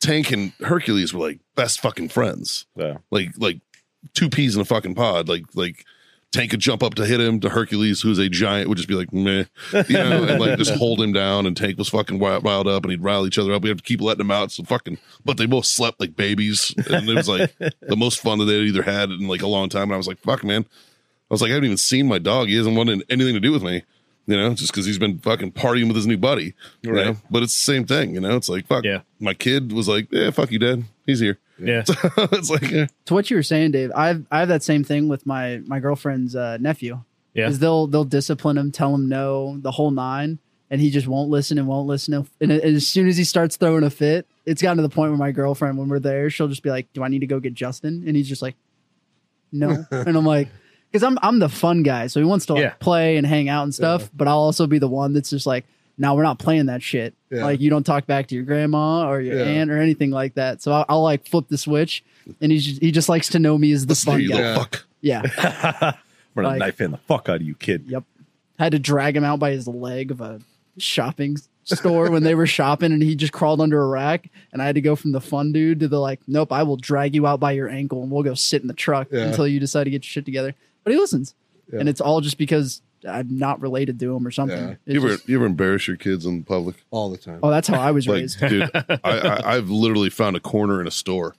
A: Tank and Hercules were like best fucking friends
C: Yeah.
A: like like two peas in a fucking pod. Like like Tank could jump up to hit him. To Hercules, who's a giant, would just be like meh, you know, and like just hold him down. And Tank was fucking wi- riled up, and he'd rile each other up. We have to keep letting him out. So fucking, but they both slept like babies, and it was
B: <laughs>
A: like the most fun that they'd either had in like a long time. And I was like, fuck, man. I was like, I haven't even seen my dog. He hasn't wanted anything to do with me, you know, just because he's been fucking partying with his new buddy. you know?
B: Right.
A: But it's the same thing, you know. It's like, fuck,
B: Yeah.
A: my kid was like, yeah, fuck you, dad. He's here. <laughs>
B: Yeah.
A: it's like, eh.
E: to what you were saying, Dave, I've I have that same thing with my my girlfriend's uh, nephew.
B: Yeah.
E: is they'll they'll discipline him, tell him no, the whole nine, and he just won't listen and won't listen. And, and as soon as he starts throwing a fit, it's gotten to the point where my girlfriend, when we're there, she'll just be like, "Do I need to go get Justin?" And he's just like, "No," and I'm like. Because I'm I'm the fun guy, so he wants to like,
B: Yeah.
E: play and hang out and stuff. But I'll also be the one that's just like, no, we're not playing that shit.
D: Yeah.
E: Like you don't talk back to your grandma or your
D: Yeah.
E: aunt or anything like that. So I'll, I'll like flip the switch, and he just, he just likes to know me as the
A: you
E: fun guy.
A: little
D: guy.
A: fuck.
E: Yeah,
C: <laughs> We're not
E: Like-
C: knifing the fuck out of you, kid.
E: yep. had to drag him out by his leg of a shopping store when they were shopping, and he just crawled under a rack. And I had to go from the fun dude to the like, nope, I will drag you out by your ankle, and we'll go sit in the truck
D: Yeah.
E: until you decide to get your shit together. But he listens,
D: Yeah.
E: and it's all just because I'm not related to him or something.
D: Yeah.
E: It's
A: You ever,
E: just-
A: you ever embarrass your kids in public?
D: all the time.
E: oh, that's how I was
A: Like,
E: raised.
A: dude, I, I, I've literally found a corner in a store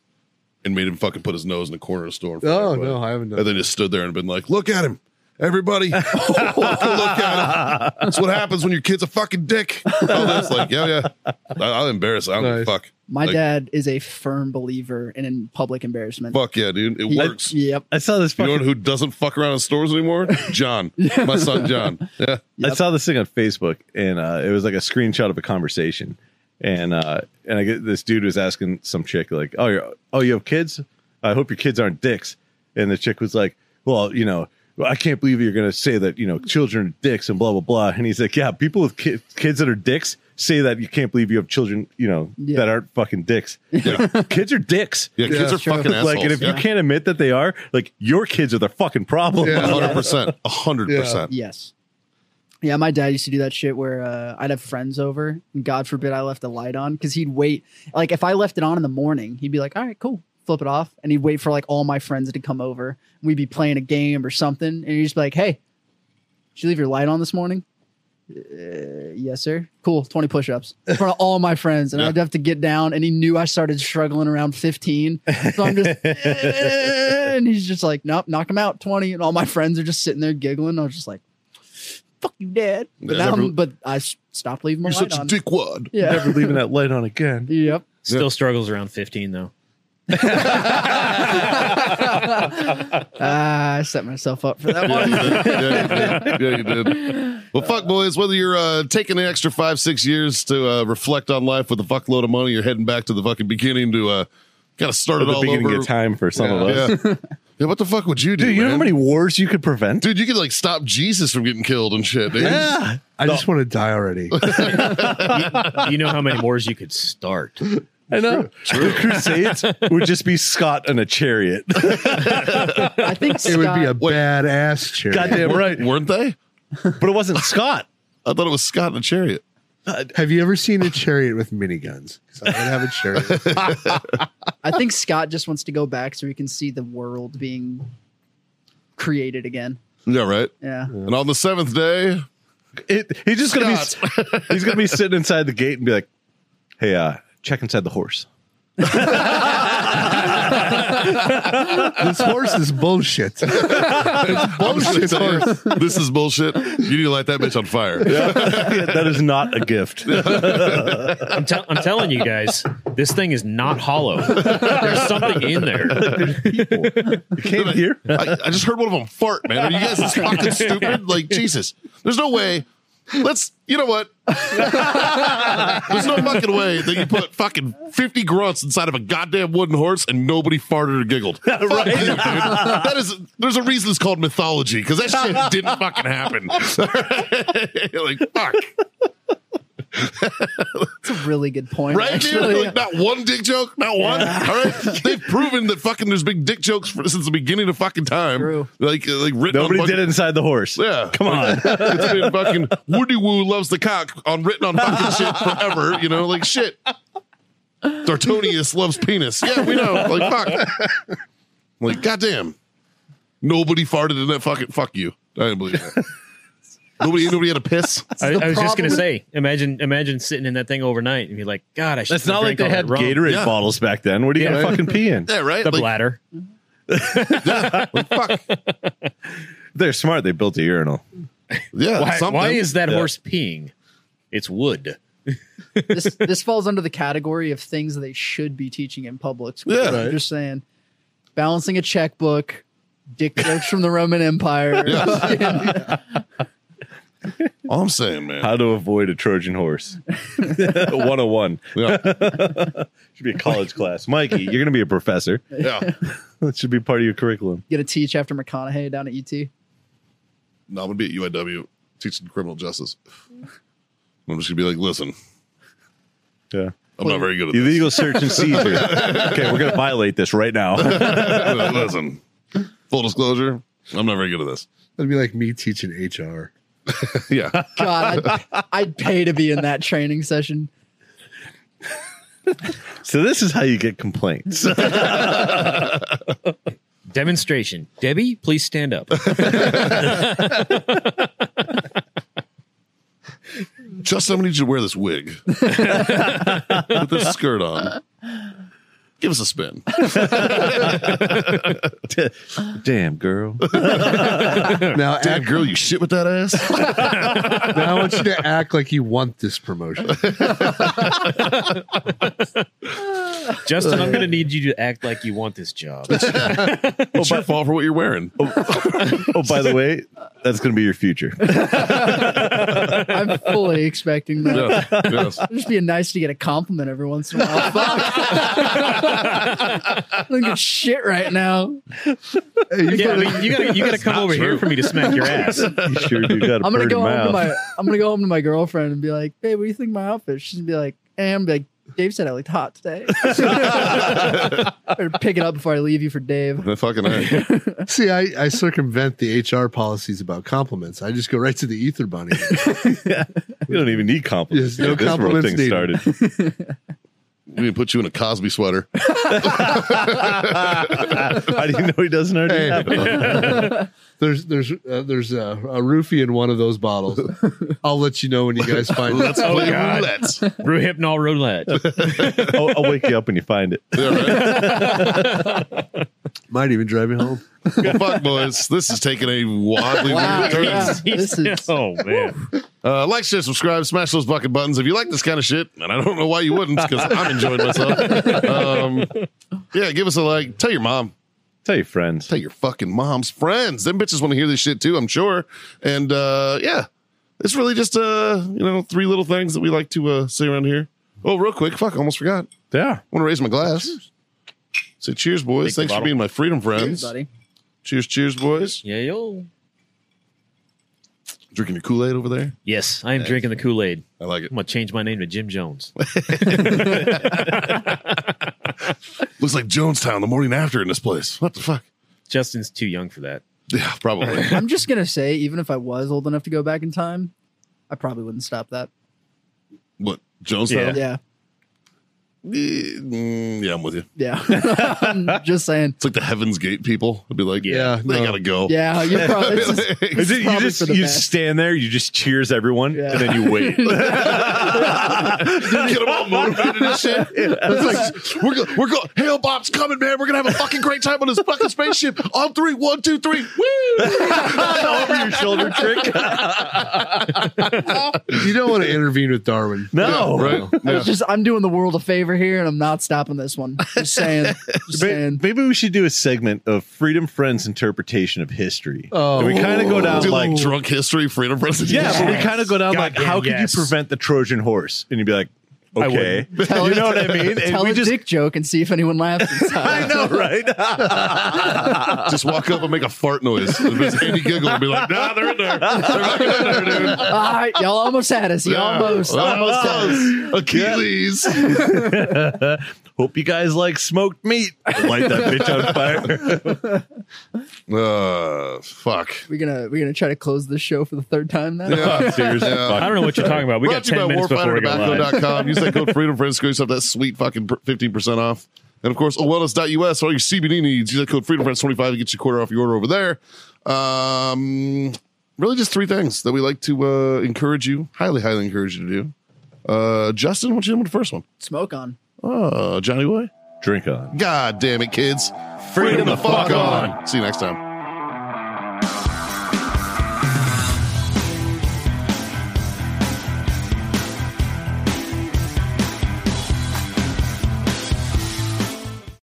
A: and made him fucking put his nose in the corner of the store. in front of
D: Oh
A: everybody.
D: no, I haven't done.
A: And then just stood there and been like, look at him. Everybody, <laughs> look at him. That's what happens when your kid's a fucking dick. All that's like, yeah, yeah. I, I'll embarrass. him. I don't give a
D: Nice.
A: fuck.
E: My
A: Like,
E: dad is a firm believer in, in public embarrassment.
A: Fuck yeah, dude. It
E: He-
A: works.
E: Yep.
C: I saw this
A: You
C: fucking
A: know who doesn't fuck around in stores anymore? John, my son John. Yeah,
C: I saw this thing on Facebook, and uh, it was like a screenshot of a conversation, and uh, and I get this dude was asking some chick like, "Oh, you're, oh, you have kids? I hope your kids aren't dicks." And the chick was like, "Well, you know, I can't believe you're gonna say that you know children are dicks and blah blah blah." And he's like, "Yeah, people with ki- kids that are dicks say that you can't believe you have children, you know,
E: Yeah.
C: that aren't fucking dicks.
A: yeah,
C: kids are dicks."
A: yeah. Kids are
D: sure.
A: fucking assholes.
C: Like, and if
A: yeah.
C: you can't admit that they are, like, your kids are the fucking problem.
D: Yeah.
A: hundred percent, hundred percent.
E: Yes. Yeah, my dad used to do that shit where uh, I'd have friends over, and God forbid I left the light on because he'd wait. Like if I left it on in the morning, he'd be like, "All right, cool, flip it off," and he'd wait for like all my friends to come over. We'd be playing a game or something, and he'd just be like, "Hey, did you leave your light on this morning?" Uh, yes, sir. Cool. Twenty push-ups in front of all my friends, and
A: Yeah.
E: I'd have to get down. And he knew I started struggling around fifteen, so I'm just, and he's just like, "Nope, knock him out twenty. And all my friends are just sitting there giggling. I was just like fuck you, dad. But,
A: Yeah,
E: now I'm-
A: every-
E: but I s- stopped leaving my
A: You're
E: light
A: such a
E: on.
A: dickwad.
E: <laughs>
C: <laughs>
E: Yeah.
C: Never leaving that light on again.
E: yep.
B: Still struggles around 15 though.
E: Ah, I set myself up for that one.
A: yeah, you did. Yeah, you did. Well, fuck, boys. Whether you're uh, taking an extra five, six years to uh, reflect on life with a fuckload of money, you're heading back to the fucking beginning to uh, kind of start it
C: At the
A: all
C: beginning
A: over.
C: of time for some of us.
A: Yeah. yeah, what the fuck would you do?
C: Dude, you know how
A: man?
C: many wars you could prevent?
A: Dude, you could like stop Jesus from getting killed and shit. Dude.
C: yeah.
D: I just want to die already.
B: You know how
A: <laughs>
B: many wars you could start.
C: I know. The Crusades would just be Scott on a chariot. <laughs>
E: I think
D: it would be a
E: Scott-
D: badass chair.
C: Goddamn right.
A: <laughs> Weren't they?
C: But it wasn't Scott.
A: I thought it was Scott in a chariot.
D: Have you ever seen a chariot with miniguns? 'Cause I would have a
A: <laughs>
D: chariot.
E: I think Scott just wants to go back so he can see the world being created again.
A: Yeah, right. <laughs>
E: Yeah.
A: And on the seventh day,
C: It, he's just going to
A: <laughs>
C: be he's going to be sitting inside the gate and be like, "Hey, uh, check inside the horse." <laughs>
D: this horse is
A: <laughs>
D: bullshit.
A: I'm just gonna tell you, this is bullshit. You need to light that bitch on
C: <laughs>
A: fire.
C: that is not a
A: <laughs>
C: gift.
B: I'm, tell I'm telling you guys, this thing is not hollow. There's something in
A: <laughs>
B: there.
C: You came here.
A: I, I just heard one of them fart, man. Are you guys this fucking stupid? Like, Jesus. There's no way. Let's, you know what? There's no fucking way that you put fucking 50 grunts inside of a goddamn wooden horse and nobody farted or
C: <laughs>
A: giggled. Fuck you, dude. That is, there's a reason it's called mythology because that shit didn't fucking happen. <laughs> like, fuck.
E: That's a really good point.
A: Right, dude?
E: actually.
A: Like, not one dick joke, not one. All right, they've proven that fucking there's been dick jokes for, since the beginning of fucking time.
E: True.
A: Like, uh, like written.
C: Nobody
A: on
C: did
A: fucking-
C: it inside the horse.
A: Yeah,
C: Come on.
A: it's been fucking Woody Woo loves the cock on written on fucking shit forever. You know, like shit. Dartonius loves penis. Yeah, we know. Like fuck. Like goddamn. Nobody farted in that fucking. Fuck you. I didn't believe that. nobody, nobody had a piss.
B: I,
E: the
B: I was just gonna
E: problem.
B: say, imagine imagine sitting in that thing overnight and be like, God, I should.
C: That's not like they had Gatorade
A: Yeah.
C: bottles back then. What are you
B: Yeah.
C: gonna fucking pee in?
A: Yeah, right.
B: The
A: Like,
B: bladder.
A: fuck.
C: They're smart. They built a urinal.
A: Yeah.
B: Why,
A: something.
B: why is that
C: Yeah.
B: horse peeing? It's wood.
E: this this falls under the category of things they should be teaching in public school.
A: Yeah.
E: I'm just saying, balancing a checkbook, dick jokes from the
A: <laughs>
E: Roman Empire.
A: all I'm saying, man?
C: How to avoid a Trojan <laughs> horse. 101.
A: Yeah.
C: <laughs> Should be a college class. Mikey, you're gonna be a professor.
A: Yeah.
C: That should be part of your curriculum.
E: <laughs> Get a teach after McConaughey down at E UT.
A: No, I'm gonna be at UIW teaching criminal justice. I'm just gonna be like, listen,
C: Yeah.
A: I'm not very good at this.
C: Illegal search and seizure. okay, we're gonna violate this right now.
A: <laughs> listen, full disclosure, I'm not very good at this.
D: That'd be like me teaching HR.
A: Yeah. <laughs>
E: God, I'd, I'd pay to be in that training session.
C: <laughs> So this is how you get <laughs> complaints.
B: Demonstration. Debbie, please stand up.
A: Justin, I'm gonna need you to wear this wig. Put this skirt on. Give us a spin.
C: Damn girl.
D: Now,
A: Damn
D: act,
A: girl, you shit with that ass?
D: now I want you to act like you want this
A: <laughs>
D: promotion.
B: Justin, I'm gonna need you to act like you want this job.
A: It's your fault Oh, for what you're wearing.
C: Oh, by the way, that's gonna be your future.
E: I'm fully expecting that.
A: Yeah, yes.
E: <laughs> It'd just be nice to get a compliment every once in a
A: <laughs>
E: while. <laughs> Fuck. Look at shit right now.
D: Hey, you
B: Yeah, I
D: gotta-
B: mean, you gotta you gotta come over here for me to smack your ass.
C: <laughs> You sure do got a
E: I'm gonna
C: bird
E: go home to
C: mouth.
E: my I'm gonna go home to my girlfriend and be like, babe, what do you think of my outfit? She's gonna be like, eh, I'm gonna be like, Dave said I looked hot today. <laughs> Better pick it up before I leave you for Dave.
A: That fucking ass.
D: see, I, I circumvent the HR policies about compliments. I just go right to the ether bunny.
C: You don't even need compliments.
D: Yes, no
C: Yeah, this whole
D: compliments
C: thing
D: needed.
C: started.
A: We need to put you in a Cosby sweater.
C: How do you know he doesn't already
D: Hey.
C: have one?
D: There's there's uh, there's a, a roofie in one of those bottles. I'll let you know when you guys find
A: Let's
D: it.
A: play
B: God.
A: roulette.
B: Ruhypnol roulette.
C: I'll, I'll wake you up when you find <laughs> it.
A: Yeah, right?
D: Might even drive you home.
A: Well, fuck, boys. This is taking a wildly
E: Wow,
A: weird turn.
E: <laughs> yeah. This <laughs> is-
B: oh man.
A: Uh, like, share, subscribe, smash those bucket buttons if you like this kind of shit. And I don't know why you wouldn't because I'm enjoying myself. Um, yeah, give us a like. Tell your mom.
C: Tell your friends.
A: Tell your fucking mom's friends. Them bitches want to hear this shit too, I'm sure. And uh, yeah, it's really just uh, you know three little things that we like to uh, say around here. Oh, real quick, fuck, I almost forgot.
C: Yeah.
A: I want to raise my glass. Say cheers, boys.
B: the
A: Thanks for
B: bottle.
A: being my freedom
E: Cheers,
A: friends.
E: buddy.
A: cheers, cheers, boys.
B: Yeah, yo.
A: Drinking your Kool Aid over there.
B: Yes, I am drinking the Kool-Aid.
A: I like it.
B: I'm gonna change my name to Jim Jones.
A: Looks like Jonestown the morning after in this place. What the fuck?
B: Justin's too young for that.
A: Yeah, probably.
E: I'm just gonna say, even if I was old enough to go back in time, I probably wouldn't stop that.
A: <laughs> What Jonestown?
E: Yeah,
A: Eh, mm, Yeah, I'm with you.
E: yeah. <laughs> I'm just saying.
A: It's like the Heaven's Gate people. I'd be like,
B: Yeah.
A: yeah, they gotta go. <laughs>
E: Yeah,
C: <laughs>
E: you're probably it's just-
C: Is it, you
E: probably
C: just
E: for the
C: you
E: best.
C: stand there, you just cheers everyone,
E: Yeah.
C: and then you wait.
A: Get them all <laughs> motivated and shit. It's like, we're go- we're going. Hail Bob's coming, man. We're gonna have a fucking great time on this fucking spaceship. On three, one, two, three. Woo!
C: Over your <laughs> shoulder trick.
D: You don't want to intervene with Darwin.
C: No.
A: Right?
E: I was just I'm doing the world a favor here, and I'm not stopping this one. Just
C: <laughs>
E: saying. Just
C: Maybe,
E: saying.
C: maybe we should do a segment of Freedom Friends' interpretation of history.
D: Oh.
C: And we kind of go down
A: Do
C: like,
A: like drunk history, freedom president.
C: yeah, but we kind of go down like,
B: Goddamn
C: how could
B: yes.
C: you prevent the Trojan horse? And you'd be like, okay, <laughs> you
E: Tell it-
C: know what I
E: <laughs>
C: mean? And
E: Tell
C: we
E: a
C: just,
E: dick joke and see if anyone laughs.
C: I know, right?
A: just walk up and make a fart noise. If it's Andy giggle and be like, Nah, they're in there. They're fucking in there, dude.
E: All right, y'all almost had us. Y'all
A: Yeah.
E: almost, almost had us.
A: Almost. Achilles.
C: <laughs> Hope you guys like smoked meat. Light that bitch on fire.
A: Uh, fuck.
E: We're gonna we're gonna try to close this show for the third time
C: <laughs>
E: now.
C: Seriously, fuck.
B: I don't know what you're talking about. We
A: Brought
B: got
A: to you
B: ten
A: by
B: minutes before we go live.
A: warfightertobacco.com. Use that code freedom friends. Screws up that sweet fucking fifteen percent off. And of course, wellness.us for all your CBD needs. Use that code FreedomFriends25 to get your quarter off your order over there. Um, really, just three things that we like to uh, encourage you, highly, highly encourage you to do. Uh, Justin, what you doing with the first one?
E: Smoke on.
A: Oh, Johnny Boy.
C: Drink on.
A: God damn it, kids.
C: Freedom the fuck
A: See you next time.